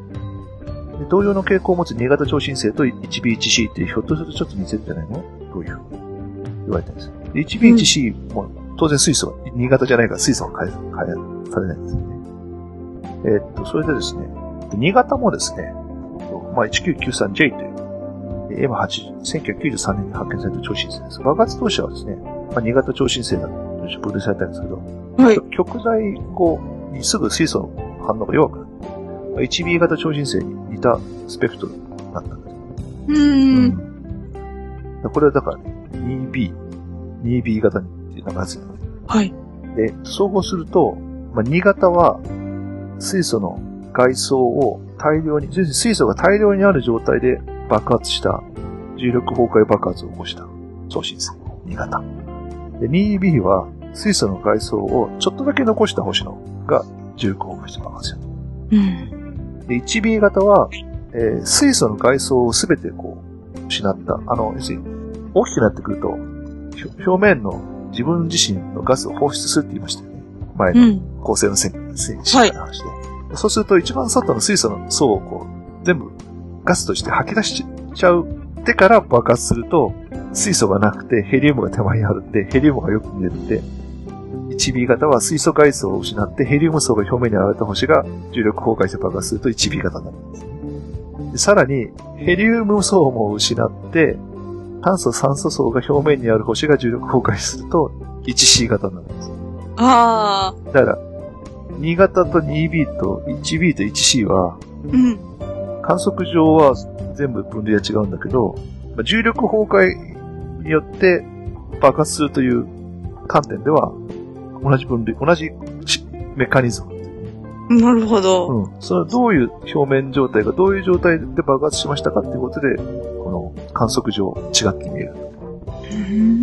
で同様の傾向を持つ新潟超新星と 1B1C ってひょっとするとちょっと似てるんじゃないのというふうに言われたんです。で 1B1C も当然水素は、新潟じゃないから水素は開発開発されないんですよね。えーっと、それでですね、で新潟もですね、まあ、1993J というで M8、1993年に発見された超新星です。爆発当社はですね、まあ、新潟超新星だと分類されたんですけど、はい。極材後にすぐ水素の反応が弱くなる。1B 型超新星に似たスペクトルになったんです。うーん。うんこれはだからね、2B、2B 型っていう名前ですよね。はい。で、総合すると、まあ、2型は水素の外装を大量に、要するに水素が大量にある状態で爆発した、重力崩壊爆発を起こした超新星、2型。で、2B は水素の外装をちょっとだけ残した星のが重力崩壊して爆発した。うん。で、1B 型は、えー水素の外装をすべてこう、失った。あの、要するに、大きくなってくると、表表面の自分自身のガスを放出するって言いましたよね。前うのん。構成の線線の話で、そうすると一番外の水素の層をこう、全部ガスとして吐き出しちゃうってから爆発すると、水素がなくてヘリウムが手前にあるんで、ヘリウムがよく見えるんで、1B 型は水素外層を失ってヘリウム層が表面に現れた星が重力崩壊して爆発すると 1B 型になるんですね。でさらに、ヘリウム層も失って、炭素酸素層が表面にある星が重力崩壊すると 1C 型になるんです。ああ。だから、新潟と 2B と 1B と 1C は、うん。観測上は全部分類は違うんだけど、まあ重力崩壊によって爆発するという観点では、同じ分類、同じしメカニズム。なるほど。うん。それはどういう表面状態がどういう状態で爆発しましたかっていうことで、この観測上違って見える。うーん